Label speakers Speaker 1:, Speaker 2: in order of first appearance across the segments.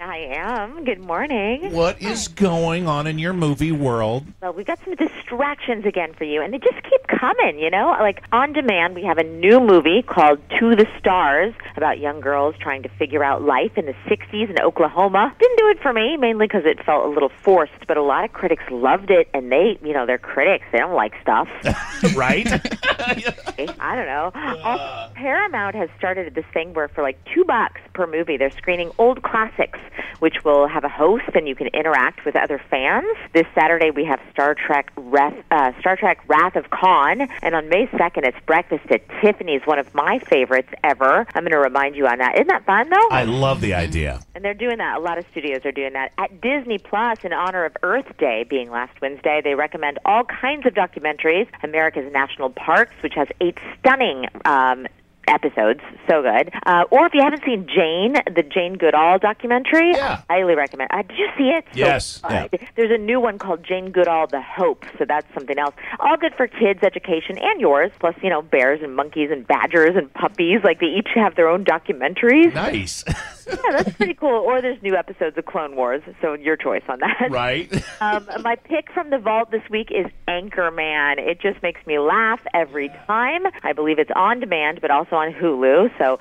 Speaker 1: I am. Good morning.
Speaker 2: What is going on in your movie world?
Speaker 1: Well, we've got some distractions again for you, and they just keep coming, you know? Like, on demand, we have a new movie called To the Stars about young girls trying to figure out life in the 60s in Oklahoma. Didn't do it for me, mainly because it felt a little forced, but a lot of critics loved it, and they, you know, they're critics. They don't like stuff.
Speaker 2: Right?
Speaker 1: I don't know. Also, Paramount has started this thing where for like two bucks per movie, they're screening old classics, which will have a host and you can interact with other fans. This Saturday we have Star Trek Wrath, uh, Star Trek Wrath of Khan, and on May second it's Breakfast at Tiffany's, one of my favorites ever. I'm going to remind you on that. Isn't that fun though?
Speaker 2: I love the idea.
Speaker 1: And they're doing that. A lot of studios are doing that. At Disney Plus, in honor of Earth Day being last Wednesday, they recommend all kinds of documentaries. America's National Parks, which has eight stunning um, episodes, so good. Uh, or if you haven't seen Jane, the Jane Goodall documentary,
Speaker 2: Yeah.
Speaker 1: I highly recommend. Uh, did you see it? So
Speaker 2: Yes.
Speaker 1: good. There's a new one called Jane Goodall: The Hope, so that's something else. All good for kids' education and yours. Plus, you know, bears and monkeys and badgers and puppies. Like they each have their own documentaries.
Speaker 2: Nice.
Speaker 1: Yeah, that's pretty cool. Or there's new episodes of Clone Wars, so your choice on that.
Speaker 2: right?
Speaker 1: Um, my pick from the vault this week is Anchorman. It just makes me laugh every time. I believe it's on demand, but also on Hulu. So,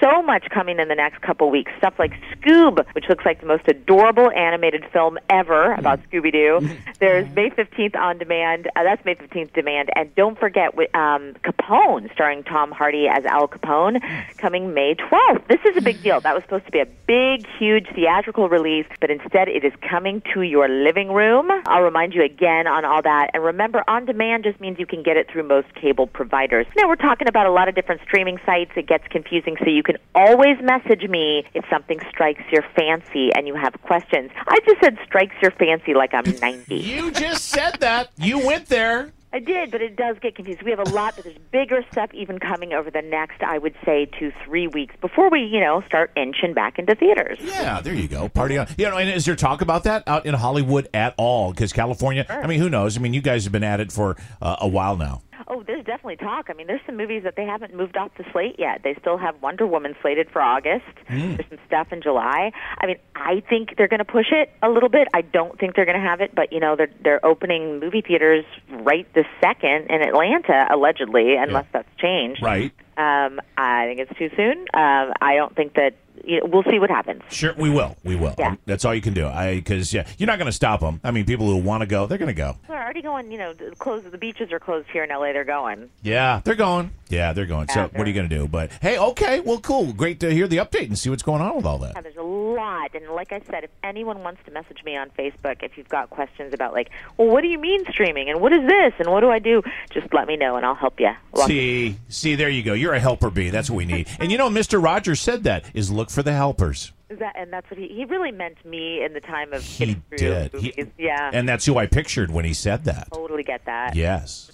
Speaker 1: so much coming in the next couple weeks. Stuff like Scoob, which looks like the most adorable animated film ever about Scooby Doo. There's May 15th on demand. Uh, that's May 15th demand. And don't forget wi- um, Capone, starring Tom Hardy as Al Capone, coming May 12th. This is a big deal. That was supposed to be a big, huge theatrical release, but instead it is coming to your living room. I'll remind you again on all that. And remember, on demand just means you can get it through most cable providers. Now, we're talking about a lot of different streaming sites. It gets confusing, so you can always message me if something strikes your fancy and you have questions. I just said strikes your fancy like I'm 90.
Speaker 2: You just said that. You went there.
Speaker 1: I did, but it does get confused. We have a lot, but there's bigger stuff even coming over the next, I would say, two, three weeks before we, you know, start inching back into theaters.
Speaker 2: Yeah, there you go. Party on. You know, and is there talk about that out in Hollywood at all? Because California, I mean, who knows? I mean, you guys have been at it for uh, a while now.
Speaker 1: Oh, there's definitely talk. I mean, there's some movies that they haven't moved off the slate yet. They still have Wonder Woman slated for August. There's some stuff in July. I mean, I think they're going to push it a little bit. I don't think they're going to have it, but you know, they're they're opening movie theaters right this second in Atlanta, allegedly, unless that's changed.
Speaker 2: Right.
Speaker 1: Um, I think it's too soon. Um, I don't think that you know, we'll see what happens.
Speaker 2: Sure, we will. We will.
Speaker 1: Yeah.
Speaker 2: That's all you can do. I because yeah, you're not going to stop them. I mean, people who want to go, they're going to go.
Speaker 1: We're already going. You know, the close. The beaches are closed here in LA. They're going.
Speaker 2: Yeah, they're going. Yeah, they're going. so
Speaker 1: Yeah,
Speaker 2: what are you going to do? But hey, okay, well, cool. Great to hear the update and see what's going on with all that.
Speaker 1: Yeah, there's a lot. And like I said, if anyone wants to message me on Facebook, if you've got questions about like, well, what do you mean streaming, and what is this, and what do I do, just let me know, and I'll help you. Walk-
Speaker 2: See, see, there you go. You're a helper bee. That's what we need. And you know, Mister Rogers said that is look for the helpers.
Speaker 1: Is that, and that's what he he really meant me in the time of
Speaker 2: He
Speaker 1: getting through
Speaker 2: did. He-
Speaker 1: movies. yeah,
Speaker 2: And that's who I pictured when he said that.
Speaker 1: totally get that.
Speaker 2: Yes.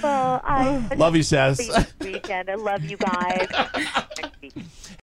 Speaker 1: Well, I
Speaker 2: Love you, Seth.
Speaker 1: weekend. I love you guys. Next week.